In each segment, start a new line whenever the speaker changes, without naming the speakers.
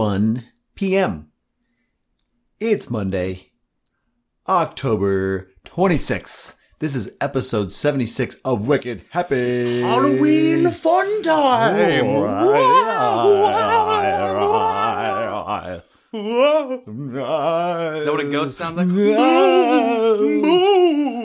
9:01 p.m. It's Monday, October 26th. This is episode 76 of Wicked Happy
Halloween fun time.
Wow. Is
that what a ghost sounds like?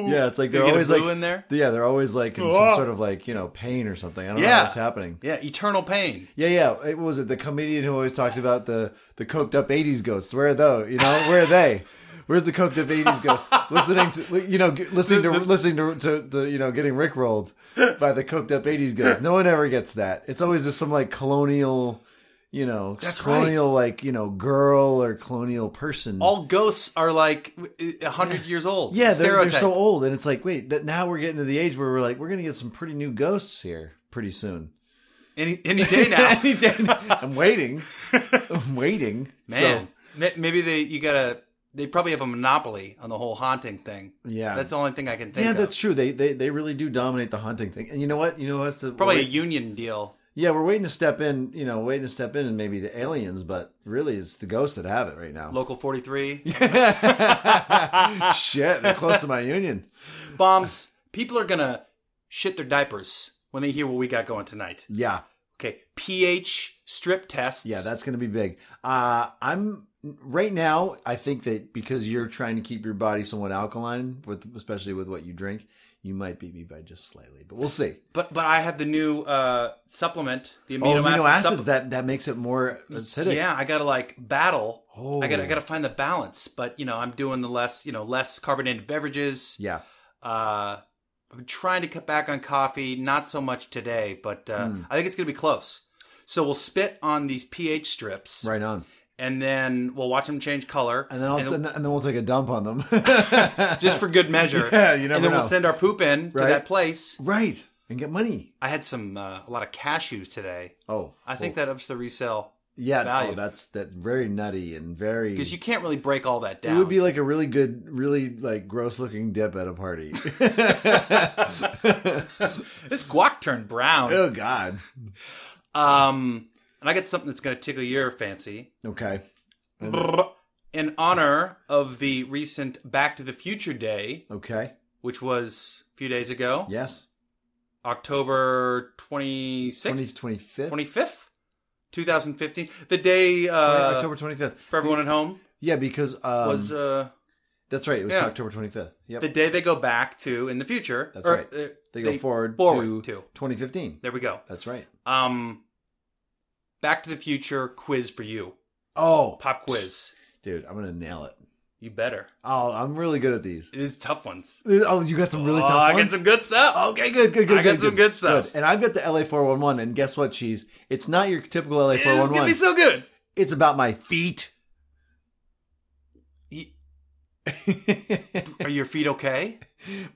Yeah, it's like
Did
they're
you get a
always like
boo in there?
Yeah, they're always like in some sort of like you know pain or something. I don't know
Yeah.
what's happening.
Yeah, eternal pain.
Yeah, yeah. It, what was it the comedian who always talked about the the coked up '80s ghosts? Where are though? You know, where are they? Where's the coked up '80s ghosts? listening to you know, g- listening to listening to, to the you know getting rickrolled by the coked up '80s ghosts. No one ever gets that. It's always just some like colonial, you know,
That's
colonial like you know girl or colonial person.
All ghosts are like a hundred years old.
yeah, they're, they're
Stereotype.
so old, and it's like, wait, that now we're getting to the age where we're like, we're gonna get some pretty new ghosts here pretty soon.
any any day now.
Any day now. I'm waiting. I'm waiting.
Man, ma- maybe they you gotta. They probably have a monopoly on the whole haunting thing.
So, yeah.
That's the only thing I can think.
yeah,
of.
that's true. They, they they really do dominate the hunting thing. And you know what? You know what's the
probably a
we're-
union deal.
yeah, we're waiting to step in. You know, waiting to step in, and maybe the aliens, but really, it's the ghosts that have it right now.
Local forty three
Shit, they're close to my union.
bombs. People are gonna shit their diapers when they hear what we got going tonight.
Yeah,
Okay, pH strip tests.
yeah, that's gonna be big. Uh, I'm right now. I think that because you're trying to keep your body somewhat alkaline, with especially with what you drink, you might beat me by just slightly, but we'll see.
But but I have the new uh, supplement, the
Oh,
amino,
amino,
acid
acids
supple-
that that makes it more acidic.
Yeah, I gotta like battle.
Oh.
I gotta I gotta find the balance. But you know, I'm doing the less you know less carbonated beverages.
yeah.
Uh, I'm trying to cut back on coffee. Not so much today, but uh,
Hmm.
I think it's gonna be close. So we'll spit on these pH strips,
Right on.
and then we'll watch them change color,
and then I'll, and, then we'll take a dump on them.
just for good measure.
Yeah, you never
and then
know.
we'll send our poop in
Right.
to that place.
right and get money.
I had some uh, a lot of cashews today.
Oh,
I think that ups the resale
yeah,
value.
oh, that's that very nutty and very.
because you can't really break all that
it
down.
would be like a really good, really like gross looking dip at a party.
This guac turned brown.
oh God.
Um, and I got something that's going to tickle your fancy.
Okay.
In honor of the recent Back to the Future Day,
Okay.
which was a few days ago,
Yes.
October
20,
26th,
25th?
25th, 2015, the day uh,
October twenty fifth.
for everyone at home
Yeah, because um,
was uh,
that's right. It was
yeah.
October twenty fifth. Yep.
the day they go back to in the future.
That's right.
uh,
they go forward,
forward
to
to.
twenty fifteen.
There we go.
That's right.
Um, Back to the Future quiz for you.
Oh,
Pop quiz.
dude, I'm gonna nail it.
You better.
Oh, I'm really good at these.
It is tough ones.
Oh, you got some really
oh,
tough
I
ones.
get some good stuff.
Okay, good, good, good.
I got some good stuff.
And I've got the LA 411, and guess what, Cheese? It's not your typical LA
this is gonna
411.
be so good.
it's about my feet.
Y- Are your feet okay?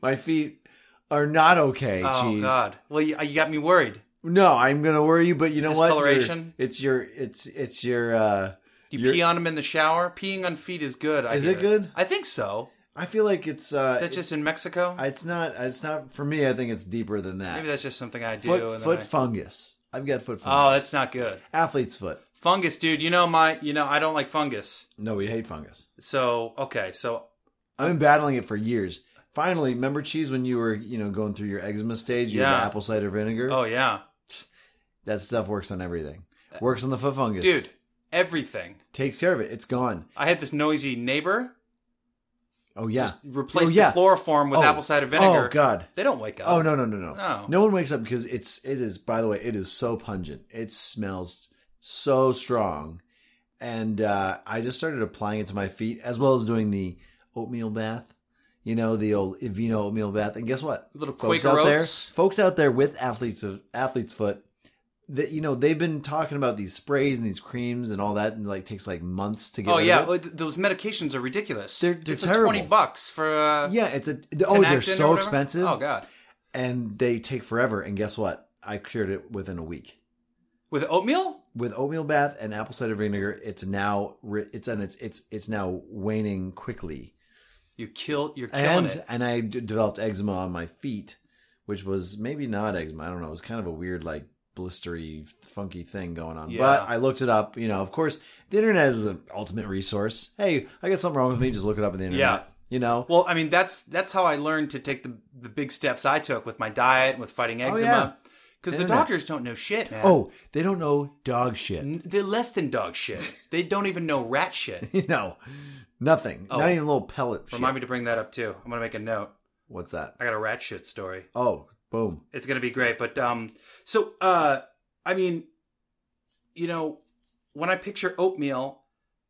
my feet are not okay,
oh
Cheese.
God. Well, you, you got me worried.
No, I'm gonna worry you, but you know what? Your-
Discoloration?
It's your, it's it's your. uh
You
You're-
pee on them in the shower. Peeing on feet is good. I
Is
hear
it good?
I think so.
I feel like it's. uh
Is that just in Mexico?
It's not. It's not for me. I think it's deeper than that.
Maybe that's just something I do.
foot
and
foot
then
fungus. I've got foot fungus.
I- oh, that's not good.
athlete's foot.
Fungus, dude. You know my. You know I don't like fungus.
No, we hate fungus.
So okay. So
I've been battling it for years. Finally, remember cheese when you were, you know, going through your eczema stage, you had
Yeah.
apple cider vinegar?
oh yeah,
That stuff works on everything. Works on the foot fungus.
dude. Everything.
Takes care of it. It's gone.
I had this noisy neighbor
Oh yeah.
replace
Oh, yeah.
the chloroform with
Oh.
apple cider vinegar.
Oh god.
They don't wake up.
Oh no no no no.
No.
No one wakes up because it's it is by the way, it is so pungent. It smells so strong. And uh, I just started applying it to my feet as well as doing the oatmeal bath. You know, the old Evino oatmeal bath. And guess what?
Little
folks
Quaker
out there,
Oats.
folks out there with athletes of athlete's foot, that you know they've been talking about these sprays and these creams and all that, and like takes like months to get.
Oh
rid of
yeah,
it.
well, th- those medications are ridiculous.
They're- they're
it's
terrible.
Like Twenty bucks for uh,
yeah. It's a oh,
Tenactin
they're
or
so
whatever?
expensive,
Oh god,
and they take forever. And guess what? I cured it within a week
with oatmeal?
with oatmeal bath and apple cider vinegar. It's now ri- it's and it's it's it's now waning quickly,
You kill. You're killing
and
it.
and I d- developed eczema on my feet, which was maybe not eczema. I don't know. It was kind of a weird like blistery, funky thing going on.
Yeah.
But I looked it up. You know, of course, the internet is the ultimate resource. Hey, I got something wrong with me. Just look it up on the internet.
Yeah.
You know,
Well, I mean, that's that's how I learned to take the, the big steps I took with my diet and with fighting eczema. Because the
Oh, Internet.
doctors don't know shit, man.
oh, they don't know dog shit.
N- They're less than dog shit. they don't even know rat shit.
no, nothing. Not even a little pellet.
Oh. Remind
shit.
me to bring that up too. I'm gonna make a note.
What's that?
I got a rat shit story.
Oh, boom.
It's gonna be great. But um, so uh, I mean, you know, when I picture oatmeal,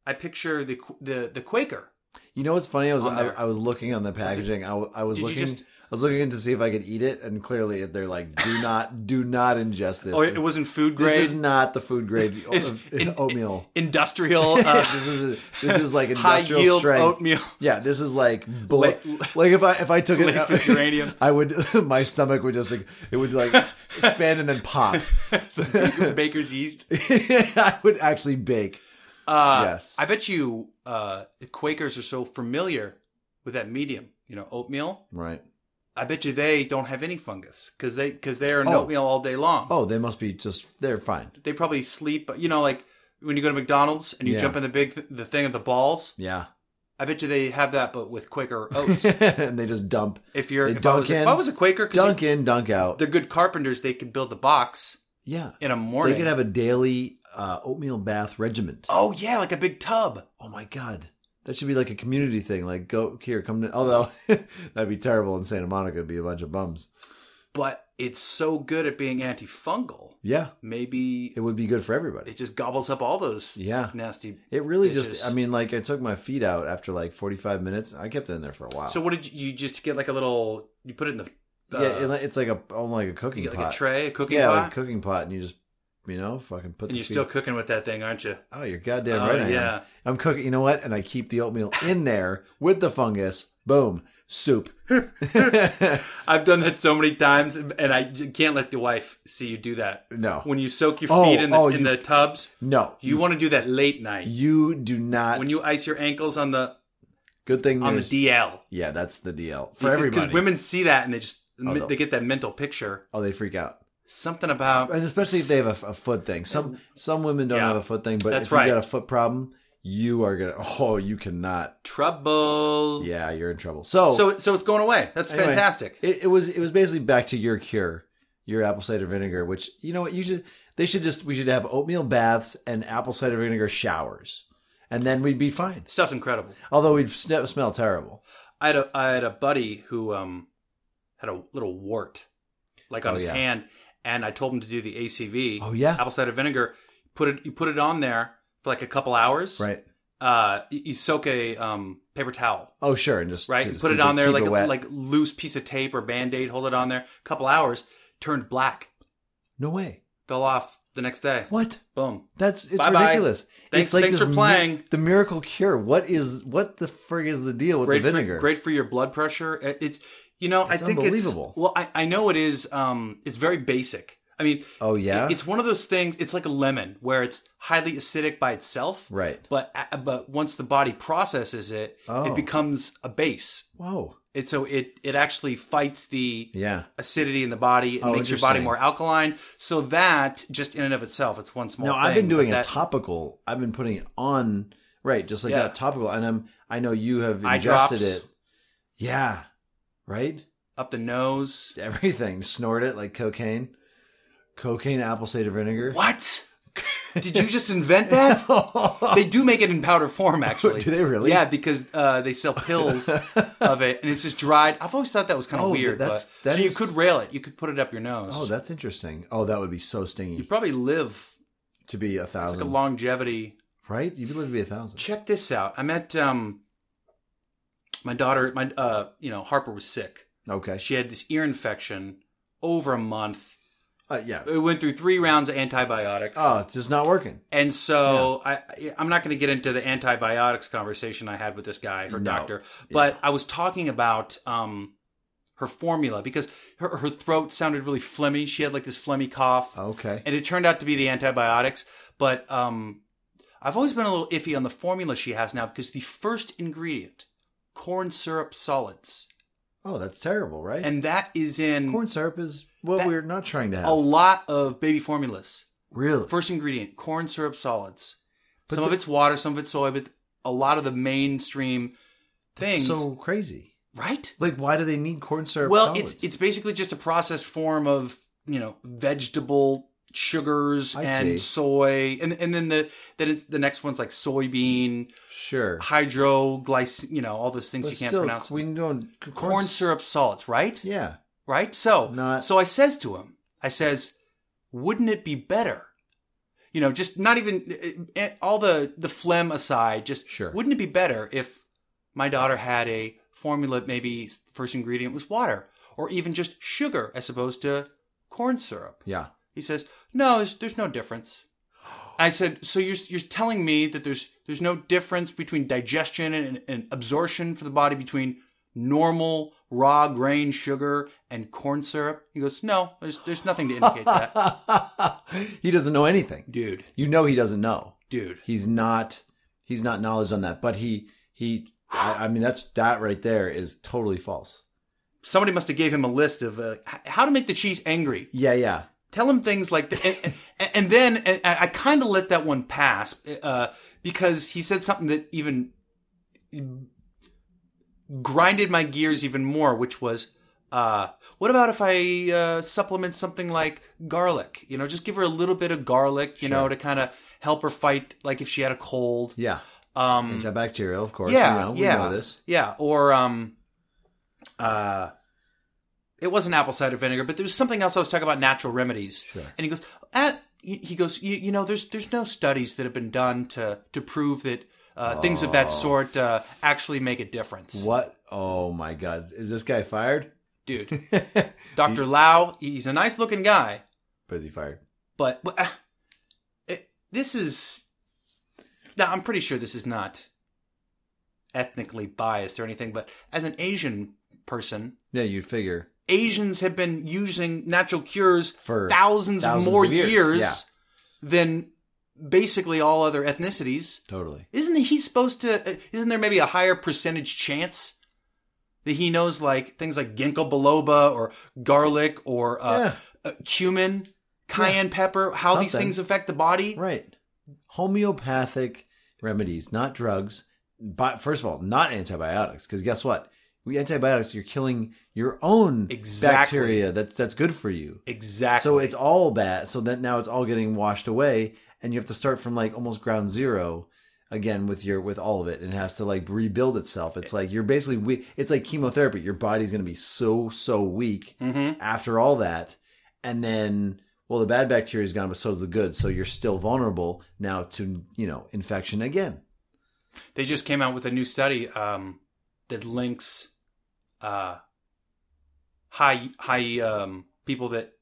I picture the Qu- the the Quaker.
You know what's funny? I was
On
I,
there.
I was looking on the packaging. I, w- I was
Did you
looking.
just-
I was looking in to see if I could eat it, and clearly they're like, "Do not, do not ingest this.
Oh, it it wasn't food
this
grade.
is not the food grade
It's
of-
in-
oatmeal.
industrial, uh,
this is a, this is like
high
industrial
yield
strength.
oatmeal.
Yeah, this is like blo-
La-
like if I if I took
laced with
it,
uranium.
I would my stomach would just like it would like expand and then pop.
Baker- baker's yeast.
I would actually bake.
Uh,
Yes.
I bet you uh, Quakers are so familiar with that medium, you know, oatmeal.
Right.
I bet you they don't have any fungus because they because they are in oatmeal all day long.
Oh, they must be just they're fine.
They probably sleep, you know, like when you go to McDonald's and you
Yeah.
jump in the big th- the thing of the balls.
Yeah.
I bet you they have that, but with Quaker oats.
and they just dump
if you're
They
if I,
dunk
was, a-
in-
if I was a Quaker, because
dunk in, dunk out.
they're good carpenters, they could build the box
Yeah.
in a morning.
They could have a daily uh, oatmeal bath regiment.
oh yeah, like a big tub.
Oh my god. That should be like a community thing. Like go here, come to although that'd be terrible in Santa Monica, it'd be a bunch of bums.
But it's so good at being antifungal.
Yeah.
Maybe
It would be good for everybody.
it just gobbles up all those
Yeah.
nasty.
It really
It
just,
just-
I mean, like I took my feet out after like 45 minutes. I kept it in there for a while.
So what did you, you just get like a little? You put it in the uh,
yeah, it, it's like a, almost like a cooking
you get
pot.
like a tray, a cooking
yeah,
pot,
like a cooking pot. And you just, you know, fucking put
and
the
you're
feet.
still cooking with that thing, aren't you?
oh, you're goddamn
Oh,
right. I am.
yeah.
I'm cooking. You know what? And I keep the oatmeal in there with the fungus. Boom. Soup.
I've done that so many times, and I j- can't let the wife see you do that.
No.
When you soak your
Oh,
feet in the
oh,
in
you-
the tubs,
No.
you want to do that late night
You do not.
when you ice your ankles on the
good thing
on the
there's-
DL
Yeah, that's the DL. For everybody.
because women see that and they just
no.
they get that mental picture.
oh, they freak out.
Something about
and especially if they have a, a foot thing. Some some women don't
Yeah.
have a foot thing, but
That's
if you
right.
got a foot problem, you are gonna. Oh, you cannot.
trouble.
Yeah, you're in trouble. So,
So so it's going away. That's
Anyway.
fantastic.
it, it was it was basically back to your cure, your apple cider vinegar. Which you know what you should they should just we should have oatmeal baths and apple cider vinegar showers, and then we'd be fine.
Stuff's incredible.
Although we'd sn- smell terrible.
I had a I had a buddy who um had a little wart like on
Oh,
his
yeah.
hand, and I told him to do the ACV.
Oh yeah,
apple cider vinegar. Put it you put it on there for like a couple hours.
right.
Uh, you, you soak a um paper towel.
Oh sure, and just
Right. You
just
put it
keep
on there
keep
like
it
a,
wet.
like loose piece of tape or band aid. Hold it on there. A couple hours. Turned black.
no way.
Fell off the next day.
What?
Boom.
That's it's
Bye-bye.
ridiculous.
Thanks-
it's like
thanks
this
for
mi-
playing.
the miracle cure. What is what the frig is the deal with
great
the vinegar?
For, great for your blood pressure. It- It's you know
It's
I think
unbelievable.
It's, well, I, I know it is. Um, it's very basic. I mean,
oh yeah,
it- it's one of those things. It's like a lemon where it's highly acidic by itself,
right.
but a- but once the body processes it,
Oh.
it becomes a base.
Whoa,
And so it it actually fights the
yeah.
acidity in the body. It
Oh,
makes your body
interesting.
more alkaline. So that just in and of itself, it's one small.
No,
thing,
I've been doing
but
a
that-
topical. I've been putting it on right, just like
Yeah.
that topical. And I'm I know you have
Eye
ingested
drops.
it. Yeah, right.
up the nose.
Everything snort it like cocaine, cocaine apple cider vinegar.
What? Did you just invent that? they do make it in powder form actually
Do they really?
yeah because uh, they sell pills of it and it's just dried i've always thought that was kind of
Oh,
weird
that's-
but,
that
so
is-
you could rail it you could put it up your nose
Oh, that's interesting. Oh, that would be so
you
stingy
probably live
to be a
it's
thousand,
like a longevity
right? You'd live to be a thousand.
check this out i met um my daughter my uh you know harper was sick
Okay.
she had this ear infection over a month
Uh, yeah.
it went through three rounds of antibiotics
Oh, it's just not working.
And so I, I'm not going to get into the antibiotics conversation I had with this guy, her
No.
doctor, but I was talking about um, her formula because her, her throat sounded really phlegmy. She had like this phlegmy cough,
Okay.
and it turned out to be the antibiotics. But um, I've always been a little iffy on the formula she has now because the first ingredient, corn syrup solids,
Oh, that's terrible, right?
and that is in
corn syrup is what
That-
we're not trying to have.
a lot of baby formulas.
really?
First ingredient: corn syrup solids.
But
some of
the-
it's water, some of it's soy, but a lot of the mainstream
That's
things,
so crazy.
right?
Like, why do they need corn syrup?
Well,
solids?
it's it's basically just a processed form of you know vegetable sugars
I
and
see.
soy, and and then the then it's the next one's like soybean
sure.
hydroglyc, you know all those things
But
you can't
still,
pronounce.
We don't corn,
corn syrup solids, right?
Yeah,
Right. So
Not-
so I says to him, I says, wouldn't it be better? You know, just not even eh, eh, all the the phlegm aside. Just
Sure.
Wouldn't it be better if my daughter had a formula? that Maybe first ingredient was water, or even just sugar as opposed to corn syrup.
yeah.
He says, no, there's, there's no difference. I said, so you're you're telling me that there's there's no difference between digestion and, and absorption for the body between normal raw grain sugar and corn syrup? He goes, no, there's there's nothing to indicate that,
he doesn't know anything.
dude,
You know, he doesn't know.
dude.
He's not. He's not knowledge on that. But he he. I, I mean, that's that right there is totally false.
Somebody must have gave him a list of uh, h- how to make the cheese angry.
Yeah, yeah.
tell him things like that. And, and, and then and I kind of let that one pass uh, because he said something that even grinded my gears even more, which was, uh, what about if I uh, supplement something like garlic? You know, just give her a little bit of garlic, you know, to kind of help her fight, like if she had a cold.
Yeah.
Um,
Antibacterial, of course.
Yeah,
We know, we
yeah.
know this.
yeah, or um, uh, it wasn't apple cider vinegar, but there was something else I was talking about natural remedies.
Sure.
And he goes, at, he he goes, you, you know, there's there's no studies that have been done to to prove that uh, things of that sort uh, actually make a difference,
Oh. What? Oh my God! Is this guy fired?
dude. Doctor Lau, he's a nice looking guy,
But is he fired?
but but, uh, it, this is. Now I'm pretty sure this is not ethnically biased or anything, but as an Asian person,
Yeah, you'd figure.
Asians have been using natural cures
For
thousands,
thousands
more
of years,
years,
yeah.
than basically all other ethnicities.
Totally.
Isn't he supposed to? uh, Isn't there maybe a higher percentage chance that he knows like things like ginkgo biloba or garlic or uh,
Yeah.
uh, cumin, cayenne pepper? How these
Something.
things affect the body?
Right. Homeopathic remedies, not drugs. But first of all, not antibiotics, because guess what? We antibiotics, you're killing your own
Exactly.
bacteria. That's that's good for you.
Exactly.
So it's all bad. So that now it's all getting washed away, and you have to start from like almost ground zero again with your with all of it, and it has to like rebuild itself.
Eh
It's like you're basically we. It's like chemotherapy. Your body's going to be so so weak
hmm
after all that, and then well, the bad bacteria is gone, but so is the good. So you're still vulnerable now to you know infection again.
They just came out with a new study um, that links uh, high high um, people that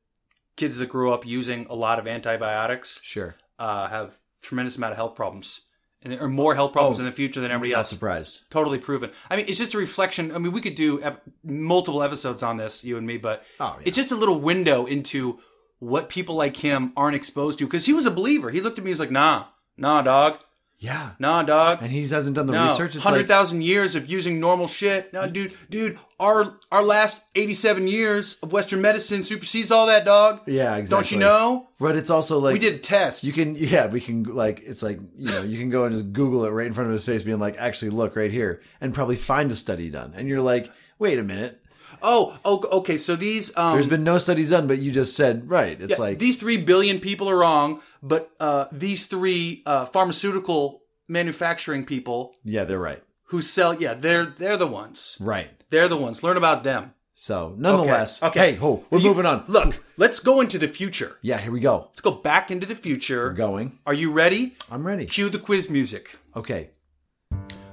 kids that grew up using a lot of antibiotics
Sure,
uh, have tremendous amount of health problems and or more health problems
Oh.
in the future than everybody
not
else.
surprised.
Totally proven. I mean, it's just a reflection. I mean, we could do ep- multiple episodes on this, you and me, but
Oh, yeah.
it's just a little window into what people like him aren't exposed to. Because he was a believer. He looked at me, he was like, "Nah, nah, dog,
yeah,
nah, dog."
and he hasn't done the research. It's
hundred
like,
thousand years of using normal shit. No, dude, dude, our our last eighty-seven years of Western medicine supersedes all that, dog.
yeah, exactly.
Don't you know?
But it's also like
We did a test.
You can, yeah, we can, like, it's like, you know, you can go and just Google it right in front of his face, being like, actually, look right here, and probably find a study done. And you're like, wait a minute,
oh, oh, okay. So these um,
there's been no studies done, but you just said, right. It's
yeah,
like,
these three billion people are wrong, but uh, these three uh, pharmaceutical manufacturing people
yeah, they're right.
who sell, yeah, they're they're the ones.
Right.
They're the ones. Learn about them.
So, nonetheless, okay,
okay.
hey, ho, we're
You-
moving on.
Look, let's go into the future.
Yeah, here we go.
Let's go back into the
We're
future.
going.
Are you ready?
I'm ready.
Cue the quiz music.
Okay.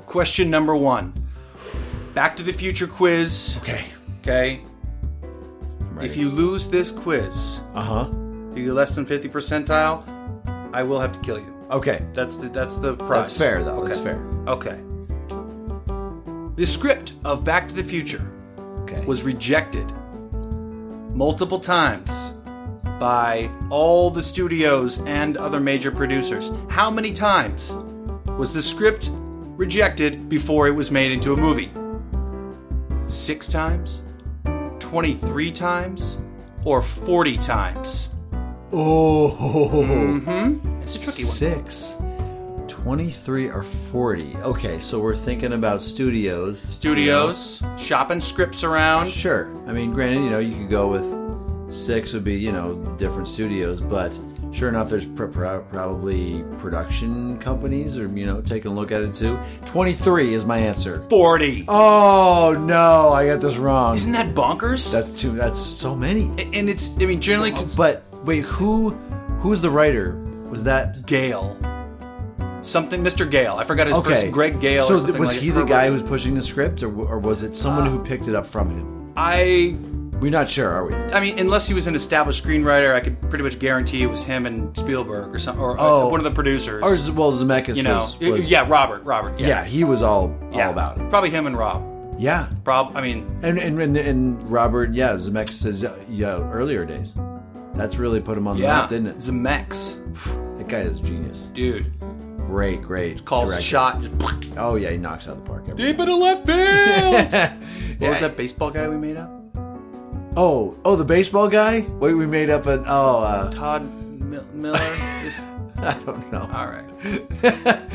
Question number one. Back to the Future quiz.
Okay.
Okay.
I'm ready.
If you lose this quiz,
uh huh.
you get less than 50 percentile, I will have to kill you.
Okay.
That's the that's the prize.
That's fair, though.
Okay.
That's fair.
Okay. The script of Back to the Future
Okay.
was rejected multiple times by all the studios and other major producers. How many times was the script rejected before it was made into a movie? six times, 23 times, or 40 times?
Oh,
It's a tricky one.
six, 23 or 40. Okay, so we're thinking about studios.
Studios, shopping scripts around.
Sure. I mean, granted, you know, you could go with six would be, you know, different studios, but sure enough, there's pr- pro- probably production companies or, you know, taking a look at it too. 23 is my answer.
40.
Oh, no, I got this wrong.
Isn't that bonkers?
That's too, that's so many.
and it's, I mean, generally,
But wait, who, who's the writer? Was that
Gale. Something, Mr. Gale. I forgot his
okay?
first, Greg Gale.
So
or Uh, something
was
like
he
it.
the guy who was pushing the script, or, or was it someone who picked it up from him?
I
We're not sure, are we?
I mean, unless he was an established screenwriter, I could pretty much guarantee it was him and Spielberg or some, or uh,
Oh.
one of the producers.
Or Z- well, Zemeckis
you know,
was,
Y-
was-
yeah, Robert, Robert, yeah,
yeah, he was all all about it.
Probably him and Rob.
Yeah,
Rob, I mean,
and and and, and Robert, yeah, Zemeckis says, yeah, earlier days. That's really put him on the
yeah,
map, didn't it?
Zemeckis,
That guy is genius.
dude,
Great, great.
calls
director.
a shot, just
Oh yeah, he knocks out the park. Every
deep into left field.
time.
What was that baseball guy we made up?
Oh, oh, the baseball guy. Wait, we made up an oh, uh,
Todd Mil- Miller. Just-
I don't know.
all right.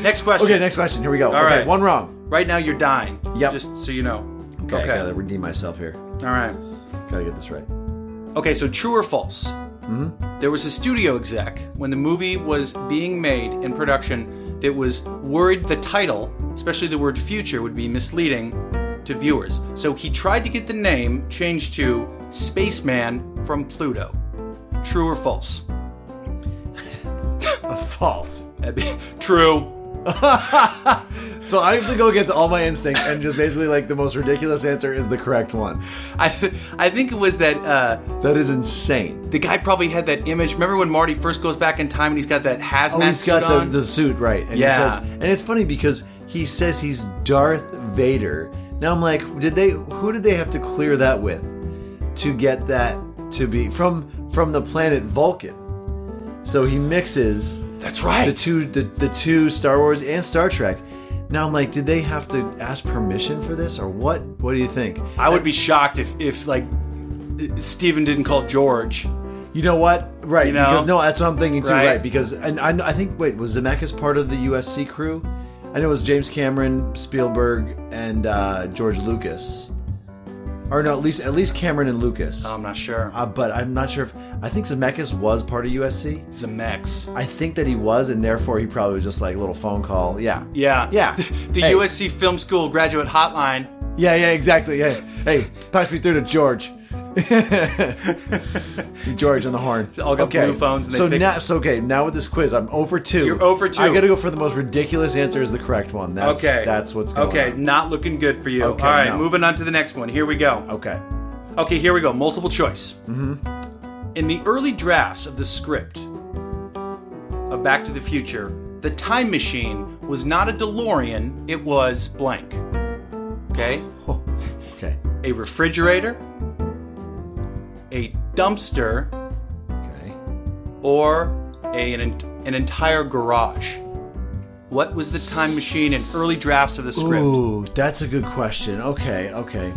Next question.
Okay, next question. Here we go.
All
okay,
right.
one wrong.
Right now, you're dying.
Yep.
Just so you know.
Okay, I gotta redeem myself here.
All right.
Gotta get this right.
Okay, so true or false?
Hmm?
There was a studio exec when the movie was being made in production that was worried the title, especially the word future, would be misleading to viewers. So he tried to get the name changed to Spaceman from Pluto. True or false?
False.
That'd be- true.
So I have to go against all my instincts and just basically like the most ridiculous answer is the correct one.
I, th- I think it was that uh,
That is insane.
the guy probably had that image. Remember when Marty first goes back in time and he's got that hazmat
Oh, he's
suit
got
on?
the, the suit right, and he
Yeah.
says, and it's funny because he says he's Darth Vader. Now I'm like, did they? Who did they have to clear that with to get that to be from from the planet Vulcan? So he mixes
That's right.
the two the, the two Star Wars and Star Trek. Now I'm like, did they have to ask permission for this or what? What do you think?
I would be shocked if, if like Steven didn't call George.
You know what? Right.
You know?
Because no, that's what I'm thinking too. Right.
Right.
because and I, I think wait was Zemeckis part of the USC crew? I know it was James Cameron, Spielberg, and uh, George Lucas, or no, at least at least Cameron and Lucas.
I'm not sure.
uh, but I'm not sure if I think Zemeckis was part of USC.
Zemex.
I think that he was, and therefore he probably was just like a little phone call. Yeah.
Yeah.
Yeah.
The
Hey.
USC Film School graduate hotline.
Yeah, yeah, exactly. Yeah. Hey, pass me through to George. George on the horn.
all got blue phones and they
so
pick-
now, so okay. Now with this quiz, I'm over two.
You're 0 for 2.
I got to go for the most ridiculous answer is the correct one. That's,
okay.
that's what's going
Okay,
on.
not looking good for you.
Okay,
All right,
no.
moving on to the next one. Here we go.
Okay.
Okay, here we go. Multiple choice. Mm-hmm. In the early drafts of the script of Back to the Future, the time machine was not a DeLorean, it was blank. Okay?
Okay.
A refrigerator, a dumpster,
Okay.
or a, an, an entire garage? What was the time machine in early drafts of the script?
Ooh, that's a good question. Okay. Okay.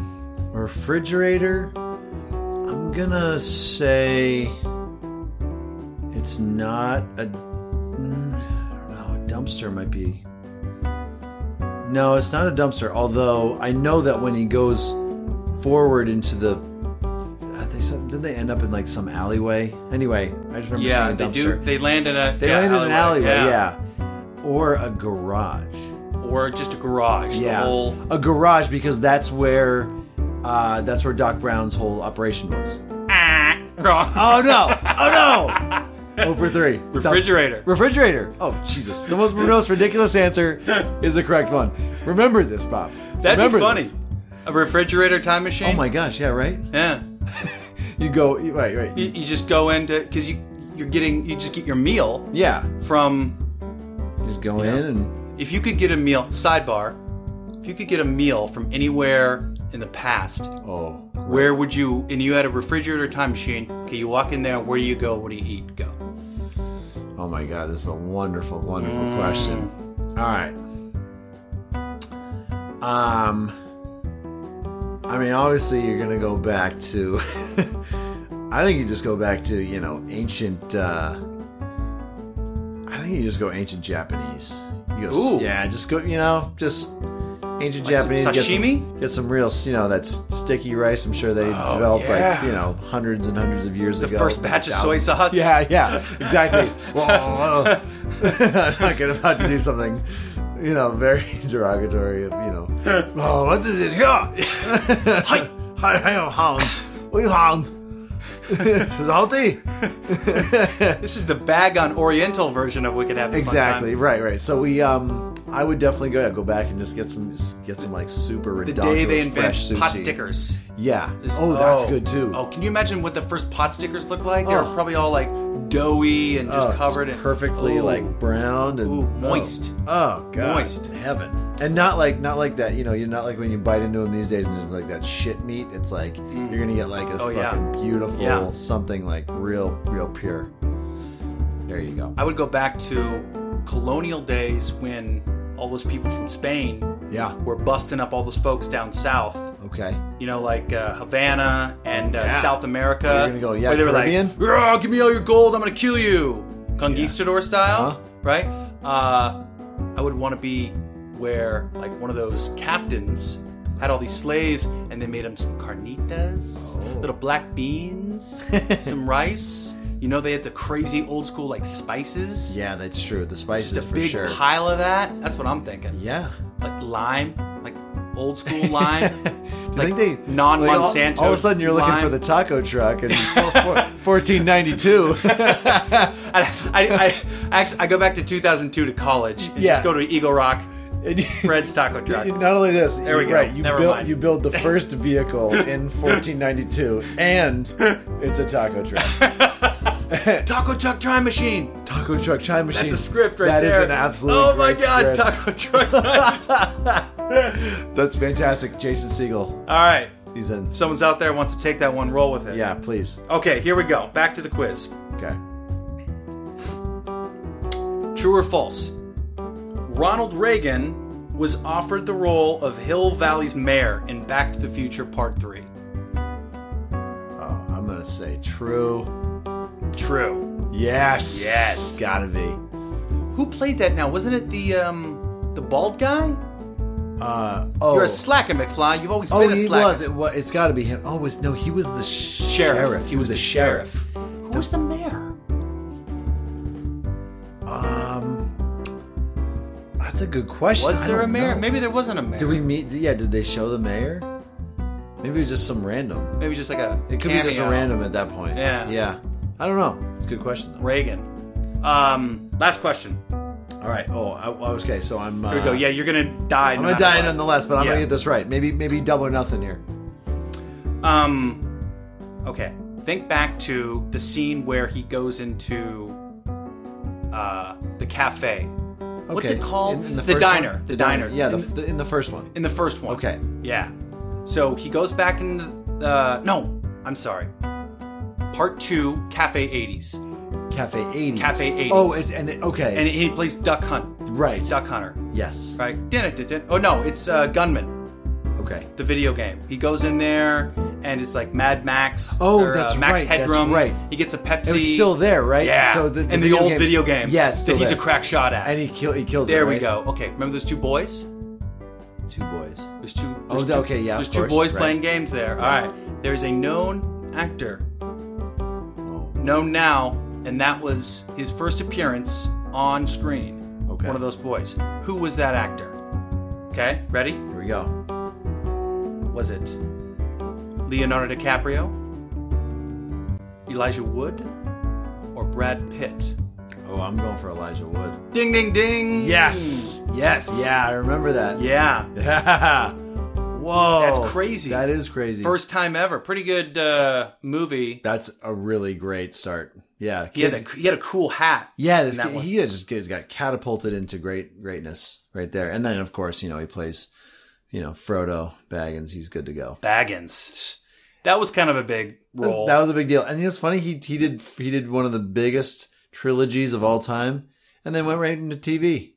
Refrigerator. I'm gonna say it's not a. mm, I don't know. A dumpster might be. No, it's not a dumpster. Although I know that when he goes forward into the, uh, they some, did they end up in like some alleyway? Anyway, I just remember
yeah,
seeing a
they
dumpster.
do. They land in a
They
yeah,
landed in an alleyway, yeah. or a garage.
or just a garage.
Yeah,
The whole
a garage because that's where. Uh, that's where Doc Brown's whole operation was.
ah, wrong.
Oh no! Oh no! Over three.
Refrigerator.
Dump- refrigerator. Oh Jesus! The most, most ridiculous answer is the correct one. Remember this, Bob.
That'd
Remember
be funny.
this.
A refrigerator time machine.
Oh my gosh! Yeah, right.
Yeah,
You go. you- Right, right.
you, you just go into because you you're getting you just get your meal
yeah.
from
You just go in and
If you could get a meal, sidebar, if you could get a meal from anywhere in the past,
oh.
where would you, and you had a refrigerator time machine, okay, you walk in there, where do you go, what do you eat, go?
Oh my god, this is a wonderful, wonderful
Mm.
question. All right. Um, I mean, obviously, you're gonna go back to. I think you just go back to you know ancient. uh I think you just go ancient Japanese. You go,
Ooh.
yeah, just go. You know, just ancient
Like some
Japanese. get some-
sashimi?
Get some real, you know, that s- sticky rice. I'm sure they
Oh,
developed
yeah.
like you know hundreds and hundreds of years
The
ago.
first batch of
thousands
soy sauce.
yeah, yeah, exactly. Whoa, whoa, whoa. I'm not gonna about to do something, you know, very derogatory of you know. oh, what is it here? Hi, hi, hi, oh, hound. We hound. Salty.
This is the bag on Oriental version of Wicked Happy
Exactly. Right. Right. So we, um, I would definitely go go back and just get some, get some like super
The day they
redonkulous
invent
fresh sushi.
pot stickers.
Yeah.
Just-
oh, that's good too.
Oh, can you imagine what the first pot stickers look like? They were
Oh.
probably all like doughy and just
Oh,
covered in
perfectly
Ooh.
like browned and
Ooh, moist.
Oh, god,
Moist.
heaven, and not like not like that. You know, you're not like when you bite into them these days and there's like that shit meat. It's like you're gonna get like a
Oh,
fucking
yeah.
beautiful
Yeah.
something like real, real pure. There you go.
I would go back to colonial days when all those people from Spain
Yeah.
were busting up all those folks down south.
Okay.
You know, like uh, Havana and uh,
Yeah.
South America.
You're gonna go, yeah,
where they
Caribbean?
were like, "Rah, give me all your gold, I'm gonna kill you. Conquistador style,
Uh-huh.
right? Uh, I would want to be where like one of those captains had all these slaves and they made them some carnitas,
Oh.
little black beans, some rice. You know, they had the crazy old school like spices.
Yeah, that's true. The spices
Just a
for
big
sure.
pile of that. That's what I'm thinking.
Yeah.
Like lime, like old school lime.
Do
Like
you think they
non
like, all-
Monsanto
All, of a sudden, you're looking
lime.
for the taco truck in 1492.
I, I, I, actually, I go back to 2002 to college and
Yeah.
just go to Eagle Rock,
And you-
Fred's Taco Truck.
You- Not only this, there
we go.
Right, you
Never
build
mind.
you build the first vehicle in 1492, and it's a taco truck.
Taco Truck Time Machine.
Taco truck chime machine.
That's a script right
That
there.
is an absolute.
Oh my
great
God,
script.
Taco Truck. Time-
That's fantastic. Jason Siegel,
All right,
he's in.
if someone's out there wants to take that one, roll with it.
Yeah, please.
Okay, here we go. Back to the quiz.
Okay.
True or false? Ronald Reagan was offered the role of Hill Valley's mayor in Back to the Future Part Three.
Oh, I'm gonna say true.
True.
Yes.
Yes.
Gotta be.
Who played that? Now, wasn't it the um the bald guy?
Uh oh.
You're a slacker, McFly. You've always
Oh,
been a
he
slacker.
was. It was. It's got to be him. Oh, it's, no, he was the sh-
Sheriff.
sheriff.
He was the sheriff. Who was the mayor?
Um, that's a good question.
Was
I
there a
don't
mayor?
know.
Maybe there wasn't a mayor.
Did we meet? Yeah, did they show the mayor? Maybe it was just some random.
Maybe just like a.
It could be just a
cameo.
random at that point.
Yeah.
Yeah. I don't know. It's a good question. Though.
Reagan. Um, last question.
All right. Oh, I, I was- okay. So I'm. Uh,
Here we go. Yeah, you're gonna die.
I'm gonna die nonetheless, but I'm
Yeah.
gonna get this right. Maybe maybe double or nothing here.
Um, okay. Think back to the scene where he goes into uh the cafe.
Okay.
What's it called?
In- in
the
first
diner.
one?
The diner.
Yeah. The,
In-
the, in the first one.
in the first one.
Okay.
Yeah. So he goes back in the uh, no, I'm sorry. Part two, Cafe 80s,
Cafe 80.
Cafe 80s.
Hmm. Oh, it's, and then, okay.
and he plays Duck Hunt,
right.
Duck Hunter,
Yes.
right? Dun-dun-dun-dun. Oh no, it's uh, Gunman,
Okay.
the video game. He goes in there and it's like Mad Max.
Oh,
or, uh,
that's
Max
right, that's
Headroom.
right.
He gets a Pepsi.
And it's still there, right?
Yeah.
So
in the old
game's-
video game.
Yeah, it's still
that he's
there.
a crack shot at.
And he kill he kills. it,
there we
right?
go. Okay, remember those two boys?
Two boys.
There's two.
Oh,
There's two-
okay, yeah, of
There's two
course,
boys
right.
playing games there. All right. There's a known actor,
Oh,
known now, and that was his first appearance on screen.
Okay.
One of those boys. Who was that actor? Okay, ready?
Here we go.
Was it Leonardo DiCaprio, Elijah Wood, or Brad Pitt?
Oh, I'm going for Elijah Wood.
Ding, ding, ding.
Yes.
Yes.
Yeah, I remember that.
Yeah.
Yeah. Whoa.
That's crazy.
That is crazy.
First time ever. Pretty good uh, movie.
That's a really great start. Yeah.
He had
kid-
a he had a cool hat.
yeah, this
in that
kid,
one.
he just kid got catapulted into great greatness right there. And then of course, you know, he plays, you know, Frodo Baggins, he's good to go.
Baggins. That was kind of a big
That was,
role.
that was a big deal. And you know, it's funny he he did he did one of the biggest trilogies of all time and then went right into TV.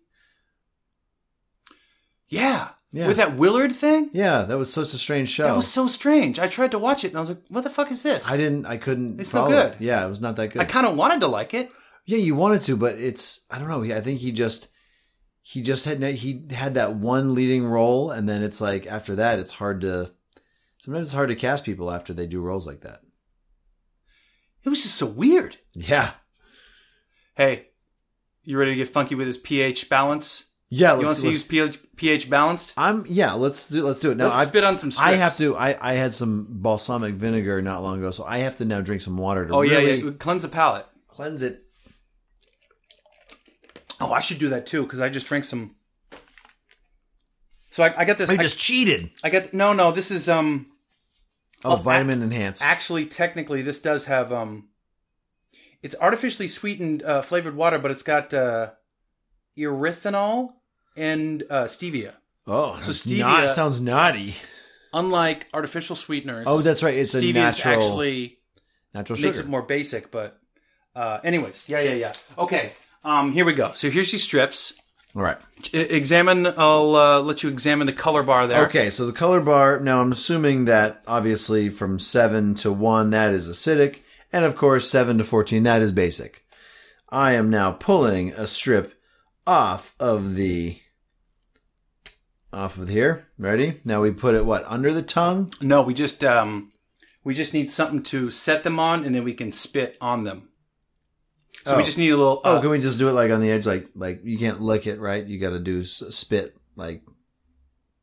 yeah.
Yeah.
with that Willard thing.
yeah, that was such a strange show.
That was so strange. I tried to watch it and I was like, what the fuck is this?
I didn't. I couldn't.
It's
follow
not good.
It. Yeah, it was not that good.
I kind of wanted to like it.
yeah, you wanted to, but it's. I don't know. I think he just. He just had no- he had that one leading role, and then it's like after that, it's hard to. Sometimes it's hard to cast people after they do roles like that.
It was just so weird.
Yeah,
Hey, you ready to get funky with his pH balance?
yeah. Let's,
You want to see
let's-
who's pH, pH balanced?
I'm yeah. Let's do let's do it now.
Let's
I
spit on some strips.
I have to. I I had some balsamic vinegar not long ago, so I have to now drink some water to
Oh yeah,
really
yeah. Cleanse the palate.
cleanse it.
Oh, I should do that too because I just drank some. So I, I got this. I,
just cheated.
I got no, no. This is um
Oh,
Oh,
vitamin enhanced.
actually technically this does have um, it's artificially sweetened uh, flavored water, but it's got uh, erythritol and uh, stevia.
oh, so
stevia-
sounds naughty.
Unlike artificial sweeteners,
Oh, that's right. It's a
stevia
natural
actually
natural
makes
sugar.
it more basic. But uh, anyways, yeah, yeah, yeah. Okay, um, here we go. So here's these strips.
All right.
E- Examine. I'll uh, let you examine the color bar there.
Okay, so the color bar. Now I'm assuming that obviously from seven to one that is acidic, and of course seven to fourteen that is basic. I am now pulling a strip off of the off of here. Ready? Now we put it what under the tongue.
No, we just um, we just need something to set them on, and then we can spit on them. So we
Oh.
just need a little.
Oh,
Uh,
can we just do it like on the edge? Like like you can't lick it, right? You got to do s- spit. Like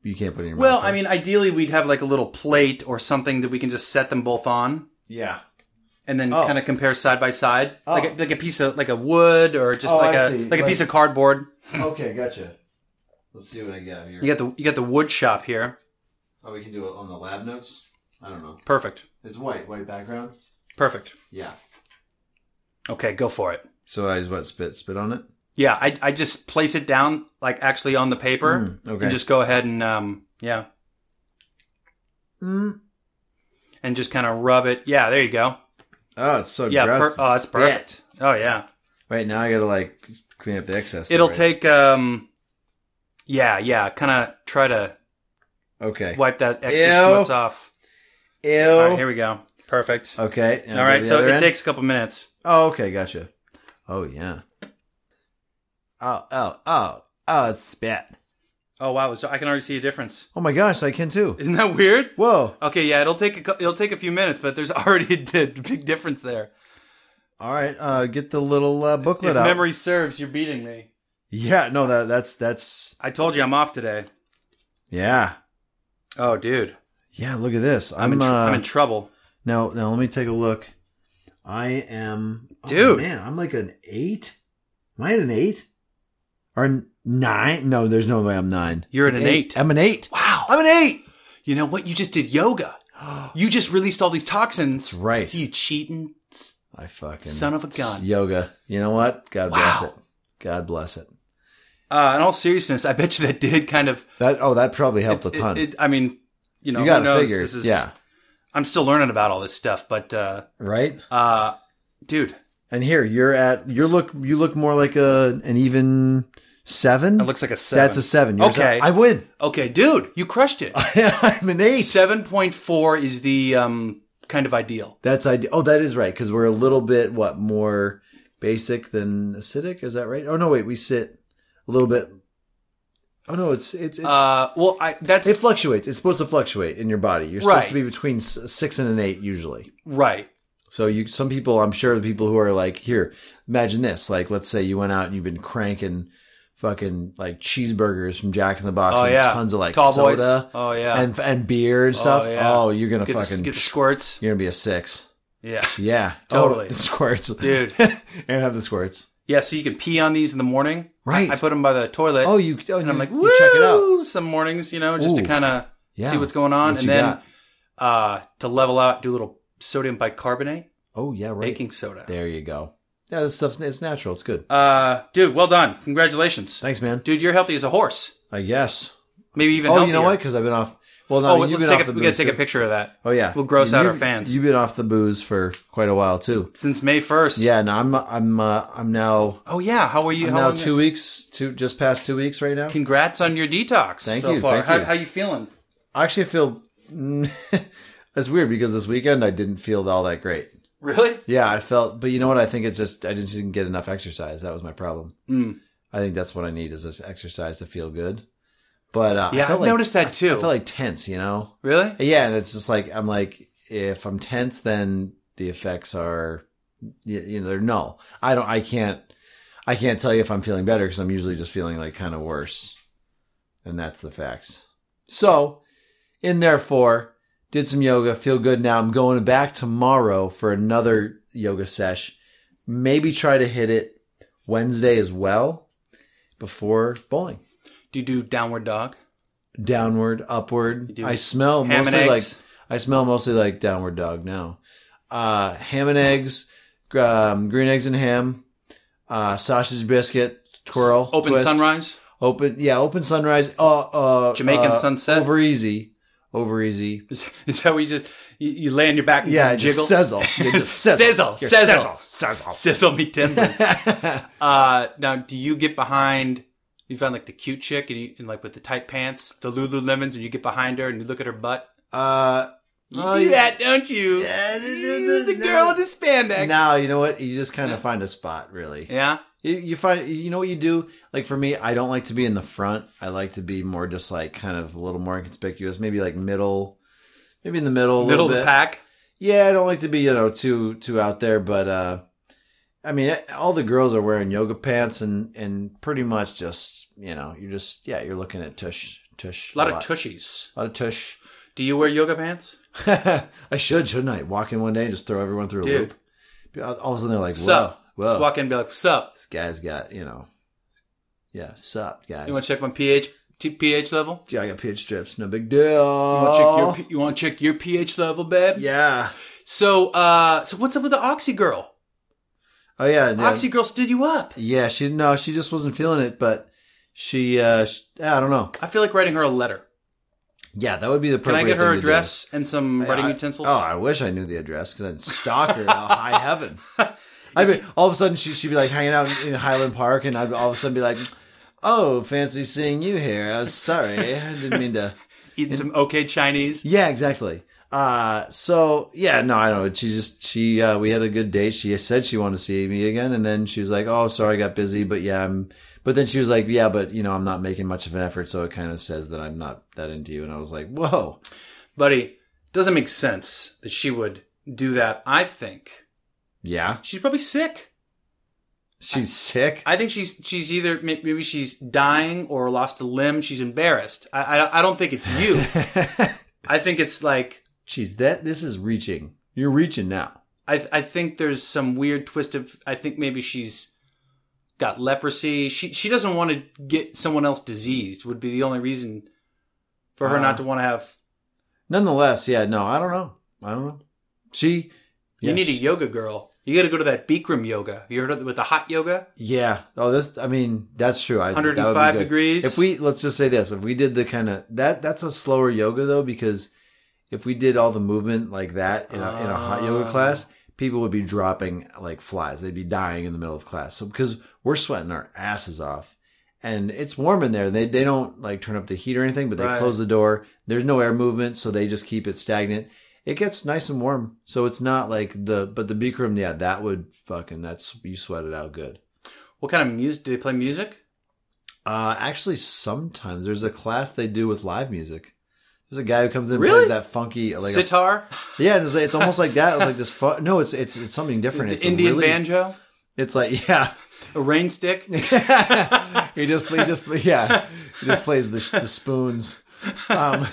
you can't put it in your
well,
mouth.
I
right?
mean, ideally, we'd have like a little plate or something that we can just set them both on,
yeah.
and then
Oh.
kind of compare side by side,
Oh.
like a, like a piece of like a wood or just
Oh,
like
I
a
see.
like a
Like-
piece of cardboard.
Okay, gotcha. Let's see what I got here.
You got the you got the wood shop here.
Oh, we can do it on the lab notes. I don't know.
Perfect,
It's white, white background.
perfect.
Yeah.
Okay, go for it.
So I just what spit spit on it.
Yeah, I I just place it down like actually on the paper,
Mm, okay.
and just go ahead and um yeah,
Mm.
and just kind of rub it. Yeah, there you go.
Oh, it's so
Yeah, per-
gross.
oh, it's
Spit.
perfect. Oh yeah,
Right now, I gotta like clean up the excess. though,
it'll
right?
take. um Yeah, yeah, kind of try to
Okay.
wipe that extra
Ew.
schmutz off.
Ew.
All right, here we go. Perfect.
okay.
All right, so it takes a couple minutes.
Oh, okay, gotcha. Oh yeah. Oh oh oh oh! It's spit.
Oh wow, so I can already see a difference.
Oh my gosh, I can too.
Isn't that weird?
Whoa.
Okay, yeah, it'll take a, cou- it'll take a few minutes, but there's already a di- big difference there.
All right, uh, get the little uh, booklet
if
out.
memory serves, you're beating me.
yeah, no, that that's that's
I told you I'm off today.
yeah,
Oh, dude,
yeah. Look at this.
I'm
I'm,
in tr-
uh,
I'm in trouble.
Now, now let me take a look. I am, oh,
Dude.
Man, I'm like an eight. Am I at an eight or an nine? No, there's no way I'm nine.
You're at
It's
an eight.
I'm an eight.
Wow,
I'm an eight.
you know what? You just did yoga. You just released all these toxins.
right.
You cheating s-
I fucking
son of a
It's
gun.
yoga. You know what? God
Wow.
bless it. God bless it.
Uh, in all seriousness, I bet you that did kind of.
That oh, that probably helped
it-
a ton.
it- I mean, you know,
you
who
gotta
knows?
figure,
This is,
yeah,
I'm still learning about all this stuff, but uh,
right.
uh, dude,
And here you're at. You look. You look more like a an even seven.
it looks like a seven.
That's a seven. Yours-
Okay.
I win.
okay, dude, you crushed it.
I'm an eight.
Seven point four is the um, kind of ideal.
That's ide- Oh, that is right because we're a little bit what more basic than acidic. Is that right? Oh no, wait, we sit a little bit. Oh no, it's it's, it's
Uh, well, I that's
it fluctuates. It's supposed to fluctuate in your body. You're supposed
Right.
to be between s- six and an eight usually.
right.
So you, some people, I'm sure, the people who are like, here, imagine this. Like, let's say you went out and you've been cranking fucking like cheeseburgers from Jack in the Box
Oh
and
yeah,
tons of like
tall boys.
soda
Oh yeah,
and and beer and stuff. Oh,
yeah.
you're gonna
get,
fucking
the, get the squirts.
you're gonna be a six.
Yeah,
Yeah,
Totally.
Oh, the squirts,
Dude.
and have the squirts.
yeah. So you can pee on these in the morning.
Right.
I put them by the toilet.
oh, you. Oh,
and I'm like,
you check it out.
"Woo!" Some mornings, you know, just to
Ooh.
kind of
Yeah.
see what's going on,
What
and
you
then
got?
uh, to level out, do a little sodium bicarbonate,
Oh yeah, right.
baking soda.
There you go. Yeah, this stuff's it's natural. It's good.
Uh, dude, well done, congratulations,
Thanks, man.
dude. You're healthy as a horse,
I guess.
maybe even.
Oh,
healthier.
you know what? Because I've been off. Well, no,
oh,
you've
let's
been
take
off
a,
the
we gotta
booze.
take a
too.
picture of that.
Oh yeah,
We'll gross
And
out
you-
our fans.
You've been off the booze for quite a while too.
Since May first.
Yeah, no, I'm I'm uh, I'm now
Oh yeah. How are you?
I'm
how
now
long-
two weeks, two just past two weeks right now.
Congrats on your detox. Thank so
you,
Far.
thank
how,
you.
How you feeling?
I actually feel that's weird because this weekend I didn't feel all that great.
Really?
Yeah, I felt, but you know what? I think it's just I just didn't get enough exercise. That was my problem.
Mm.
I think that's what I need is this exercise to feel good. But uh, I
Yeah,
felt
I've
like,
noticed that too.
I felt like tense, you know.
really?
Yeah, and it's just like I'm like if I'm tense, then the effects are you, you know they're null. I don't. I can't. I can't tell you if I'm feeling better because I'm usually just feeling like kind of worse, and that's the facts. So, in therefore, did some yoga, feel good. Now I'm going back tomorrow for another yoga sesh. Maybe try to hit it Wednesday as well before bowling.
Do you do downward dog?
Downward, upward.
do
I smell
Ham and
Oh, mostly like
eggs.
I smell mostly like downward dog now. Uh, ham and eggs, gr- um, green eggs and ham, uh, sausage biscuit, twirl,
Open
twist.
sunrise.
open yeah, open sunrise, uh, uh,
Jamaican
uh,
sunset.
over easy, over easy.
Is, is that what you just you, you lay on your back and
Yeah,
yeah,
just
jiggle?
sizzle, You just sizzle,
Sizzle,
You're
sizzle,
sizzle,
Sizzle me timbers.
sizzle.
uh, now, do you get behind? You find like the cute chick and, you, and like with the tight pants, the Lululemons, and you get behind her and you look at her butt.
uh,
You
Oh,
do
yeah.
that, don't you?
Yeah, no, no, no,
You, the
no.
girl with the spandex.
now you know what you just kind of find a spot really.
Yeah.
You, you find you know what you do. Like for me, I don't like to be in the front. I like to be more just like kind of a little more inconspicuous. Maybe like middle, maybe in the middle, a little
Middle of the
bit.
pack.
Yeah, I don't like to be you know too too out there. But uh I mean, all the girls are wearing yoga pants and and pretty much just you know you're just yeah you're looking at tush tush
A lot of tushies.
a lot of tush.
Do you wear yoga pants?
I should shouldn't I walk in one day and just throw everyone through a
Dude.
loop. All of a sudden they're like,
What's
whoa,
up?
whoa,
Just walk in and be like, what's up?
this guy's got you know, yeah, sup guys.
You want to check my pH t- pH level?
Yeah, I got pH strips. No big deal.
You want to check your you want to check your pH level, babe?
Oh. yeah.
So, uh, so what's up with the Oxy girl?
Oh yeah. yeah.
Oxy girl stood you up.
yeah. She no. She just wasn't feeling it, but she. uh sh I don't know.
I feel like writing her a letter.
Yeah, that would be the.
Can I
appropriate
get her
thing to do.
address and some
I-
writing
I-
utensils?
Oh, I wish I knew the address because I'd stalk her to high heaven. I mean, all of a sudden she, she'd be like hanging out in Highland Park, and I'd all of a sudden be like, "Oh, fancy seeing you here. I was sorry, I didn't mean to."
Eating some okay Chinese.
Yeah, exactly. Uh, so yeah, no, I don't know. She just, she, uh, we had a good date. She said she wanted to see me again. And then she was like, Oh, sorry, I got busy, but yeah, I'm, but then she was like, yeah, but you know, I'm not making much of an effort. So it kind of says that I'm not that into you. And I was like, whoa.
Buddy, doesn't make sense that she would do that, I think.
Yeah.
She's probably sick.
She's sick.
I think she's she's either may- maybe she's dying or lost a limb. She's embarrassed. I I, I don't think it's you. I think it's like
Jeez, that, this is reaching. You're reaching now.
I I think there's some weird twist of I think maybe she's got leprosy. She she doesn't want to get someone else diseased. Would be the only reason for her
Uh,
not to want to have.
Nonetheless, yeah, no, I don't know. I don't know. She,
you
yeah,
need a
she-
yoga girl. You got to go to that Bikram yoga. You heard of with the hot yoga,
Yeah. Oh, this. I mean, that's true. I that would be
105
good.
degrees.
If we let's just say this, if we did the kind of that, that's a slower yoga though, because if we did all the movement like that in a, in a hot yoga
Ah.
class, people would be dropping like flies. They'd be dying in the middle of class. So because we're sweating our asses off, and it's warm in there, they they don't like turn up the heat or anything, but they
Right.
close the door. There's no air movement, so they just keep it stagnant. It gets nice and warm, so it's not like the but the Bikram, yeah, that would fucking that's you sweat it out good.
what kind of music do they play? Music?
Uh, actually, sometimes there's a class they do with live music. There's a guy who comes in and
Really?
plays that funky, like a-
Sitar?
yeah, and it's, like- it's almost like that. It's like this fun. No, it's it's it's something different.
The
It's a
Indian
really-
banjo?
It's like yeah,
A rain stick?
he just he just yeah, he just plays the, the spoons. Um,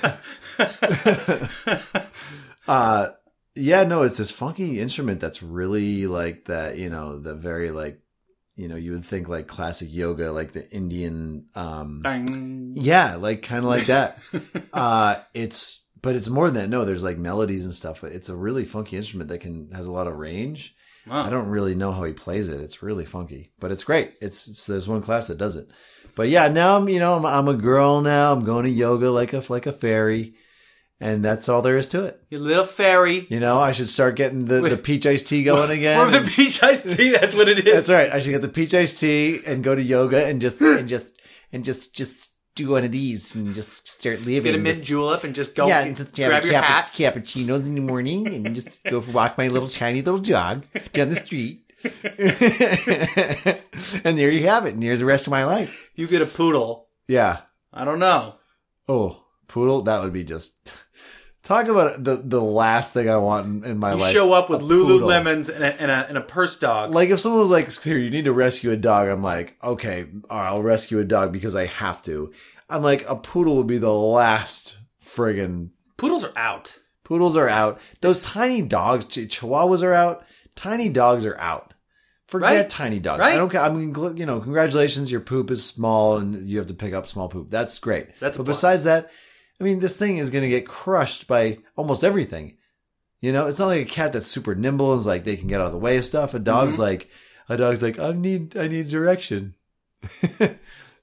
uh, yeah, no, it's this funky instrument that's really like that. You know, the very like, you know, you would think like classic yoga, like the Indian. Um,
Dang.
Yeah, like kind of like that. uh it's but it's more than that. No, there's like melodies and stuff. It's a really funky instrument that can has a lot of range.
Wow.
I don't really know how he plays it. It's really funky, but it's great. It's, it's there's one class that does it. But yeah, now I'm you know I'm, I'm a girl now. I'm going to yoga like a like a fairy. and that's all there is to it.
You little fairy.
You know, I should start getting the, the peach iced tea going again.
Or the peach iced tea, that's what it is.
That's right. I should get the peach iced tea and go to yoga and just and just and just just do one of these and just start living.
Get a mint
Just-
julep and just go
yeah,
get-
and just
grab
have
your hat.
cappu- cappuccinos in the morning and just go for walk my little tiny little jog down the street. and there you have it. And here's the rest of my life.
You get a poodle.
Yeah.
I don't know.
Oh, poodle. That would be just talk about the the last thing I want in, in my
You
life.
show up with
a poodle.
Lululemons and a, and, a, and a purse dog.
Like if someone was like, "Here, you need to rescue a dog," I'm like, "Okay, all right, I'll rescue a dog because I have to." I'm like, a poodle would be the last friggin'
Poodles are out.
Poodles are out. Those tiny dogs, ch- chihuahuas are out. Tiny dogs are out. Forget
Right.
tiny dogs.
Right.
I don't. ca- I mean, gl- you know, congratulations. Your poop is small, and you have to pick up small poop. That's great.
That's a
but
plus.
besides that, I mean, this thing is going to get crushed by almost everything. You know, it's not like a cat that's super nimble and is like they can get out of the way of stuff. A dog's
Mhm.
like a dog's like I need I need direction.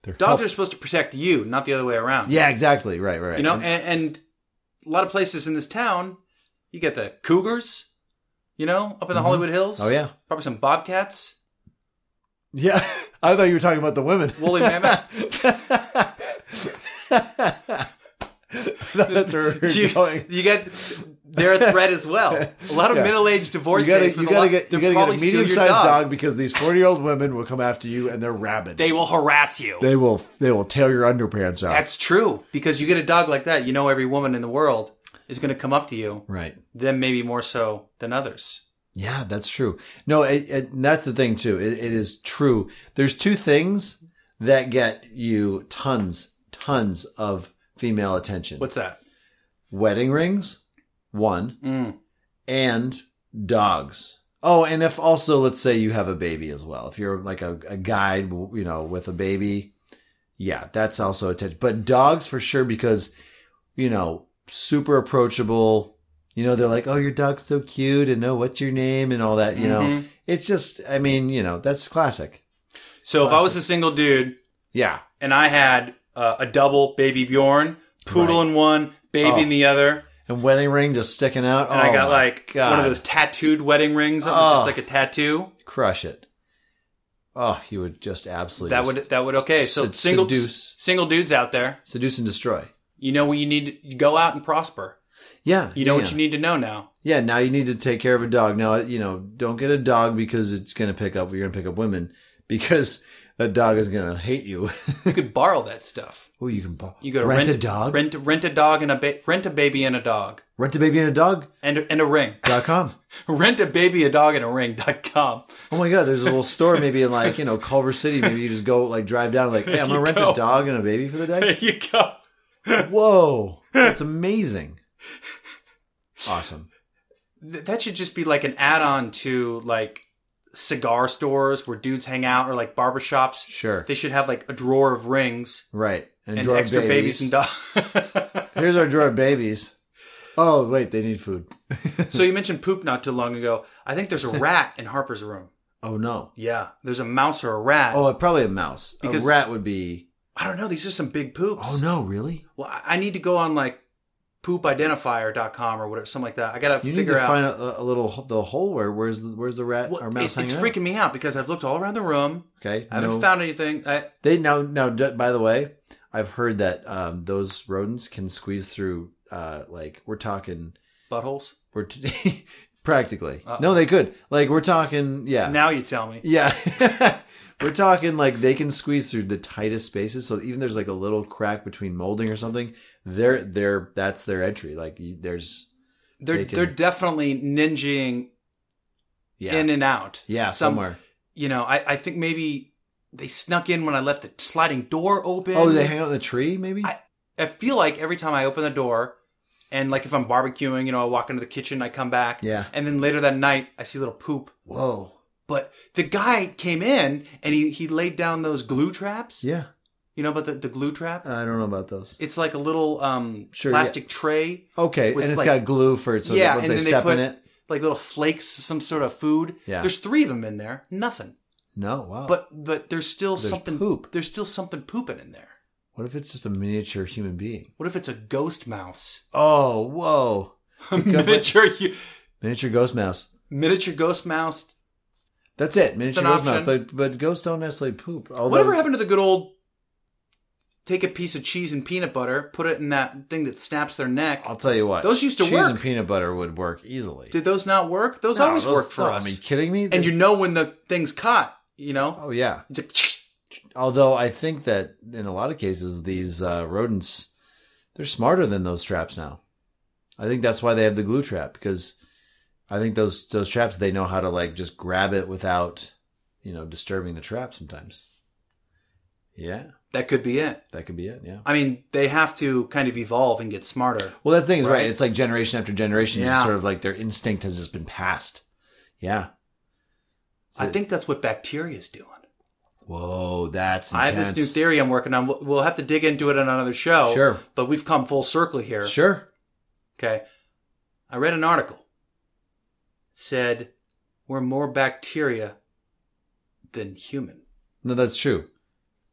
They're
Dogs
help-
are supposed to protect you, not the other way around.
yeah, exactly. Right, right. right.
You know, and, and a lot of places in this town, you get the cougars, you know, up in the
Mhm.
Hollywood Hills.
oh yeah,
Probably some bobcats.
Yeah, I thought you were talking about the women.
Woolly mammoth.
That's where we're
you,
going.
you get their threat as well. A lot of
Yeah.
middle-aged
You
divorcees.
gotta,
with a
you gotta
lot-
get, you
they'll
gotta get
probably
a
steal your
medium sized dog.
dog.
because these 40 year old women will come after you and they're rabid. They,
They will harass you.
will, they will tear your underpants out.
That's true because you get a dog like that, you know every woman in the world is going to come up to you,
right.
then maybe more so than others.
Yeah, that's true. No, it, it, and that's the thing too. It, it is true. There's two things that get you tons, tons of female attention.
What's that?
wedding rings? One.
Mm.
and dogs. Oh, and if also, let's say you have a baby as well. If you're like a, a guide, you know, with a baby, yeah, that's also attention. But dogs for sure, because, you know, super approachable. You know, they're like, oh, your dog's so cute, and oh, what's your name, and all that. You know,
Mhm.
it's just, I mean, you know, that's classic.
So if I was a single dude
Yeah.
and I had uh, a double baby Bjorn, poodle
Right.
in one, baby
Oh.
in the other,
And wedding ring just sticking out.
and
oh,
I got
my
like one of
God.
those tattooed wedding rings, up with
Oh.
just like a tattoo,
crush it. Oh, you would just absolutely
that
just
would that would okay. So
sed-
single
seduce.
single dudes out there,
seduce and destroy.
you know what you need to you go out and prosper.
Yeah,
You know
yeah.
what you need to know now.
Yeah, now you need to take care of a dog. Now, you know, don't get a dog because it's going to pick up, you're going to pick up women because that dog is going to hate you.
You could borrow that stuff.
oh, you can bu-
You go to
rent,
rent,
a dog? Rent,
rent rent a dog and a ba- rent a baby and a dog
a baby and a dog?
and and a ring.
Dot com.
rent a baby a dog and a ring dot com.
Oh my God, there's a little store maybe in like, you know, Culver City. Maybe you just go like drive down like, hey, I'm going
You
to rent
go.
a dog and a baby for the
There
day.
you go.
Whoa, that's amazing. Awesome.
Th- that should just be like an add-on to like cigar stores where dudes hang out or like barber shops.
Sure.
They should have like a drawer of rings
Right.
and,
drawer of
extra babies, and dogs.
Here's our drawer of babies. Oh, wait, they need food.
so you mentioned poop not too long ago. I think there's a rat in Harper's room.
Oh, no.
Yeah, there's a mouse or a rat.
Oh, probably a mouse.
Because-
a rat would be.
I don't know. These are some big poops.
Oh no, really?
Well, I- I need to go on like poopidentifier.com or whatever, something like that. I gotta
You need
figure
to
out.
find a, a little h- the hole where where's the, where's the rat
Well,
or mouse
it- it's
hanging out?
freaking me out because I've looked all around the room.
okay,
I haven't
no.
found anything. I,
they now now. d- By the way, I've heard that um, those rodents can squeeze through. Uh, like we're talking,
buttholes.
we're t- practically
Uh-oh.
no, they could. Like we're talking, yeah,
Now you tell me.
yeah. We're talking like they can squeeze through the tightest spaces. So even there's like a little crack between molding or something, they're they're that's their entry. Like you, there's
They're
They can-
they're definitely ninjing
yeah
in and out.
yeah
Some-
somewhere.
You know, I, I think maybe they snuck in when I left the sliding door open.
Oh, they hang out in the tree, maybe.
I- I feel like every time I open the door, and like if I'm barbecuing, you know, I walk into the kitchen, I come back,
yeah.
and then later that night, I see a little poop.
Whoa.
But the guy came in and he, he laid down those glue traps.
Yeah,
You know about the, the glue trap?
I don't know about those.
it's like a little um,
Sure, yeah.
plastic tray,
Okay,
With,
and it's
like-
got glue for it, so
Yeah,
that once
and
they
then they
step
put-
in it,
like little flakes of some sort of food.
Yeah.
There's three of them in there. Nothing.
no, wow,
But but there's still
There's
something
poop.
There's still something pooping in there.
What if it's just a miniature human being?
What if it's a ghost mouse?
Oh, whoa.
A miniature, hu-
Miniature ghost mouse.
miniature ghost mouse.
That's it. Miniature
an
ghost mouse.
option.
But but ghosts don't necessarily poop. Although,
Whatever happened to the good old? Take a piece of cheese and peanut butter, put it in that thing that snaps their neck.
I'll tell you what.
Those used to
cheese
work.
and peanut butter would work easily.
Did those not work? Those
No,
always
those-
work for
no,
us.
Are you kidding me?
and you know when the thing's caught, you know?
Oh yeah.
It's like,
Although I think that in a lot of cases these uh, rodents, they're smarter than those traps now. I think that's why they have the glue trap because I think those those traps they know how to like just grab it without you know disturbing the trap sometimes. Yeah,
That could be it.
that could be it. Yeah.
I mean, they have to kind of evolve and get smarter.
Well, that's the thing is right.
Right.
It's like generation after generation. It's just
Yeah.
sort of like their instinct has just been passed. Yeah. So-
I think that's what bacteria's doing.
Whoa, that's
I
intense.
have this new theory I'm working on. We'll- We'll have to dig into it on another show.
Sure.
But we've come full circle here.
Sure.
Okay. I read an article. It said we're more bacteria than human.
No, that's true.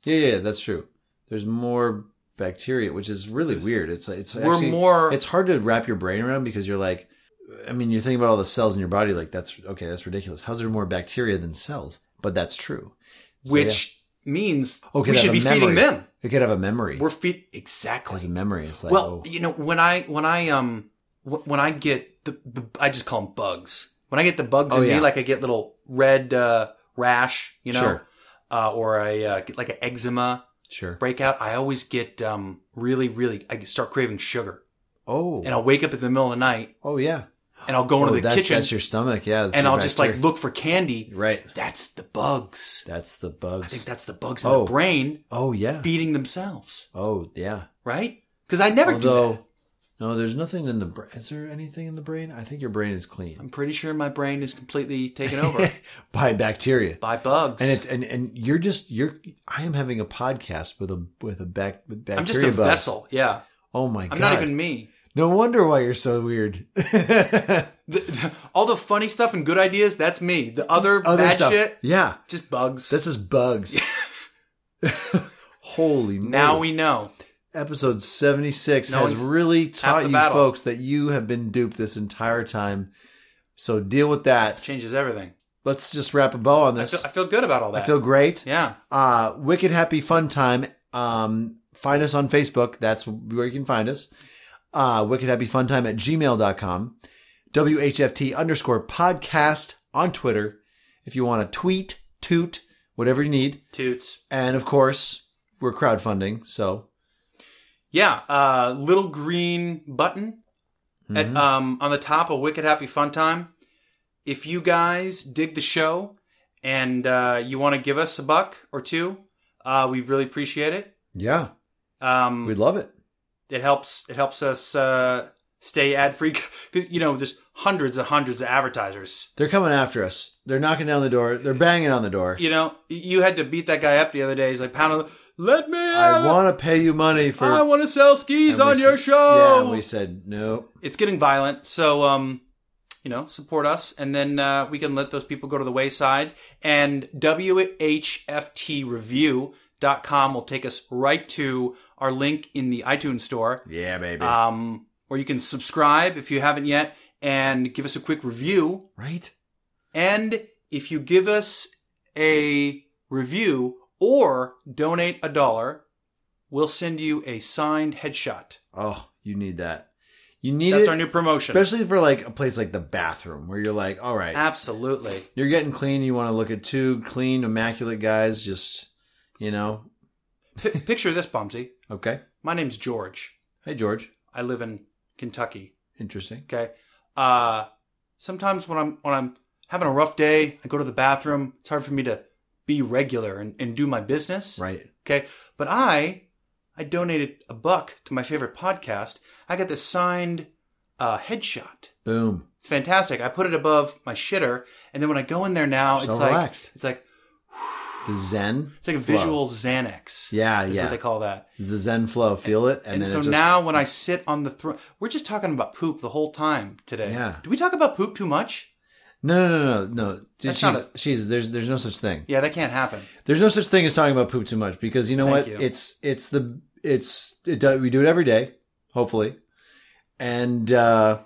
Yeah, yeah, that's true. There's more bacteria, which is really weird. It's it's
we're
actually-
more
It's hard to wrap your brain around because you're like, I mean, you're thinking about all the cells in your body. Like that's okay, that's ridiculous. How's there more bacteria than cells? But that's true. So,
which means
Okay,
we
they
should
have
be
a
feeding
memory.
them.
yeah. it could have a memory.
We're feed
It
exactly.
has a memory. It's like
well,
oh,
you know, when I when I um wh- when I get the, the I just call them bugs. When I get the bugs
Oh,
in
yeah.
me, like I get little red uh, rash, you know,
Sure.
uh, or I uh, get like an eczema
sure.
breakout. I always get um really really I start craving sugar,
Oh,
and I'll wake up in the middle of the night
oh yeah.
and I'll go into
oh,
the
that's,
kitchen
that's your stomach. Yeah, that's
and
your
I'll just like
bacteria.
look for candy.
right.
That's the bugs.
That's the
I think
bugs.
that's the bugs in
Oh.
the brain
oh yeah.
feeding themselves,
Oh yeah.
right? Because I never do that.
Although, no, there's nothing in the brain. Is there anything in the brain? I think your brain is clean
I'm pretty sure my brain is completely taken over.
by bacteria.
by bugs.
And it's and and you're just you're. I am having a podcast with a with a back with bacteria.
I'm just a
bugs.
vessel. Yeah,
Oh my
I'm
god!
not even me.
No wonder why you're so weird.
The, the- all the funny stuff and good ideas, that's me. The other,
Other
bad
stuff,
shit,
yeah.
just bugs.
That's just bugs. Holy
now
moly.
we know.
episode 76
No,
has
it's
really
half
taught
the
you
battle.
folks that you have been duped this entire time. So deal with that.
Changes everything.
Let's just wrap a bow on
I
this.
feel, I feel good about all that.
I feel great.
yeah.
uh wicked happy fun time um find us on facebook that's where you can find us uh wicked happy fun time at gmail.com whft underscore podcast on twitter if you want to tweet toot whatever you need
Toots.
and of course we're crowdfunding so
Yeah. Uh, little green button
hmm. Mm-hmm. uh,
at, um, on the top of Wicked Happy Fun Time. If you guys dig the show and uh, you want to give us a buck or two, uh, we really appreciate it.
yeah
Um,
we'd love it
it helps it helps us uh, stay ad free because you know there's hundreds and hundreds of advertisers.
they're coming after us they're knocking down the door they're banging on the door
You know, you had to beat that guy up the other day. He's like, "Pound, on the- let me!
i
I want,
want to pay you money for
I want to sell skis
And we
on your
said- yeah
show."
and we said no
it's getting violent, so um, you know, support us, and then uh, we can let those people go to the wayside. And whftreview.com will take us right to our link in the iTunes store.
yeah baby
um, or you can subscribe if you haven't yet and give us a quick review.
right
And if you give us a review or donate a dollar, we'll send you a signed headshot.
Oh, you need that. You need
That's
it,
our new promotion.
especially for like a place like the bathroom where you're like, all right,
Ah. Absolutely.
you're getting clean. You want to look at two clean, immaculate guys. Just you know,
P- picture this, Bomsy.
okay.
My name's George.
Hey, George.
I live in Kentucky.
Interesting.
Okay. Uh, sometimes when I'm when I'm having a rough day, I go to the bathroom. It's hard for me to be regular and, and do my business.
Right.
Okay. But I, I donated a buck to my favorite podcast. I got this signed uh, headshot.
Boom.
It's fantastic. I put it above my shitter, and then when I go in there now,
So
it's like
relaxed.
it's like
the Zen.
it's like a visual Xanax.
Yeah,
is what
yeah.
they call that.
The Zen flow. Feel it, and,
And,
then
so
it just,
now when I sit on the throne, we're just talking about poop the whole time today.
Yeah.
Do we talk about poop too much?
No, no, no, no, no.
That's
she's,
not
she's there's there's no such thing.
Yeah, that can't happen.
There's no such thing as talking about poop too much because you know
Thank
what?
you.
It's it's the it's it does, we do it every day, hopefully, and uh,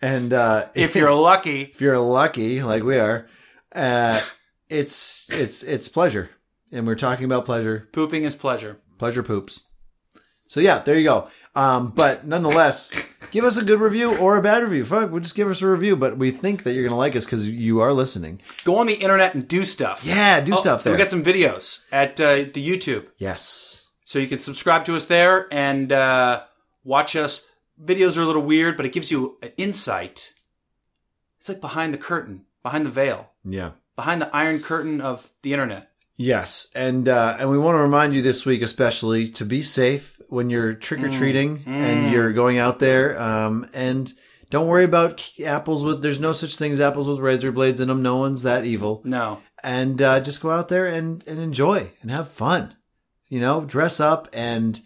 and uh,
If you're lucky,
if you're lucky like we are, uh, it's it's it's pleasure, and we're talking about pleasure,
pooping is pleasure.
pleasure poops. So yeah, there you go. Um, but nonetheless, give us a good review or a bad review. Fuck, we'll just give us a review. But we think that you're gonna like us because you are listening.
Go on the internet and do stuff.
Yeah, do
Oh,
stuff there.
We got some videos at uh, the YouTube,
yes.
so you can subscribe to us there and uh, watch us. Videos are a little weird, but it gives you an insight. It's like behind the curtain, behind the veil,
Yeah.
behind the iron curtain of the internet.
Yes, and uh, and we want to remind you this week, especially, to be safe when you're trick or treating
Mm,
and you're going out there. Um, and don't worry about k- apples with. There's no such thing as apples with razor blades in them. No one's that evil.
No,
And uh, just go out there and and enjoy and have fun. You know, dress up and.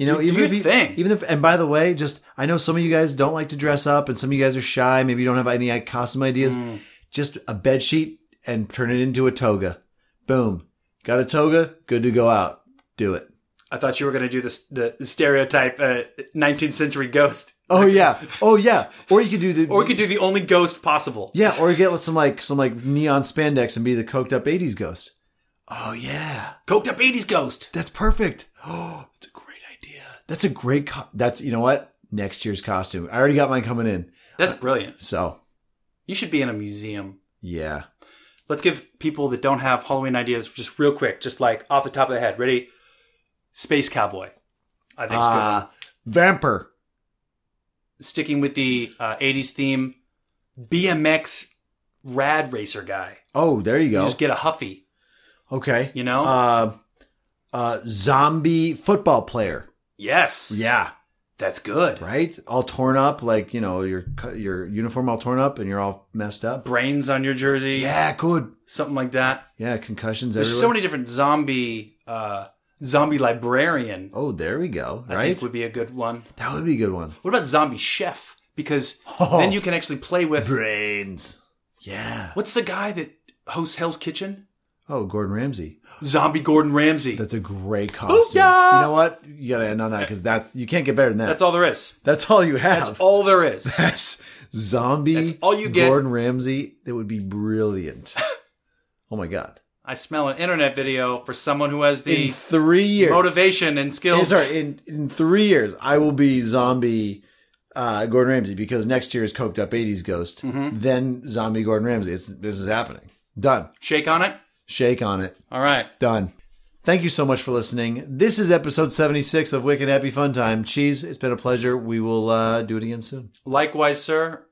You know,
Do- do
even
your
if you,
thing.
even if, and by the way, just I know some of you guys don't like to dress up, and some of you guys are shy. Maybe you don't have any like, costume ideas
Mm.
just a bed sheet and turn it into a toga. Boom. Got a toga, good to go out. Do it.
I thought you were going to do this the stereotype uh, 19th century ghost,
Oh yeah. Oh yeah. Or you could do the
or we could do the only ghost possible.
Yeah, or you get some like some like neon spandex and be the coked up 80s ghost. Oh yeah.
Coked up 80s ghost.
That's perfect. Oh, that's a great idea. That's a great co- that's you know what? Next year's costume. I already got mine coming in.
That's brilliant.
So,
You should be in a museum.
yeah.
Let's give people that don't have Halloween ideas just real quick, just like off the top of the head. Ready? Space Cowboy. I think it's good.
Uh, Vamper.
Sticking with the uh, 80s theme, BMX rad racer guy.
Oh, there you
You
go.
just Oh. get a Huffy,
okay.
you know?
Uh uh zombie football player.
yes.
Yeah.
That's good.
right? All torn up, like you know your cu- your uniform all torn up, and you're all messed up.
Brains on your jersey.
Yeah, good.
Something like that.
Yeah, concussions
There's
everywhere.
so many different zombie uh, zombie librarian.
oh, there we go.
I
Right,
think would be a good one.
that would be a good one.
What about zombie chef? Because
Oh.
then you can actually play with
Brains. Yeah.
what's the guy that hosts Hell's Kitchen?
Oh, Gordon Ramsay.
Zombie Gordon Ramsey. That's,
That's a great costume.
Booyah!
You know what? You gotta end on that because that's you can't get better than that. That's,
all there is.
all you have.
That's all there is.
That's zombie.
That's all you get.
Gordon Ramsay. That would be brilliant. oh my god!
I smell an internet video for someone who has the
In three years,
motivation and
In-
skills.
sorry, in in three years, I will be zombie uh, Gordon Ramsay because next year is coked up '80s ghost. Then zombie Gordon Ramsay. It's this is happening. Done.
Shake on it.
Shake on it.
All right.
Done. Thank you so much for listening. This is episode 76 of Wicked Happy Fun Time. Cheese, it's been a pleasure. We will uh, do it again soon.
Likewise, sir.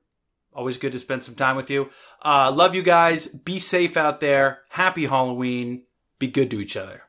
Always good to spend some time with you. Uh, love you guys. Be safe out there. Happy Halloween. Be good to each other.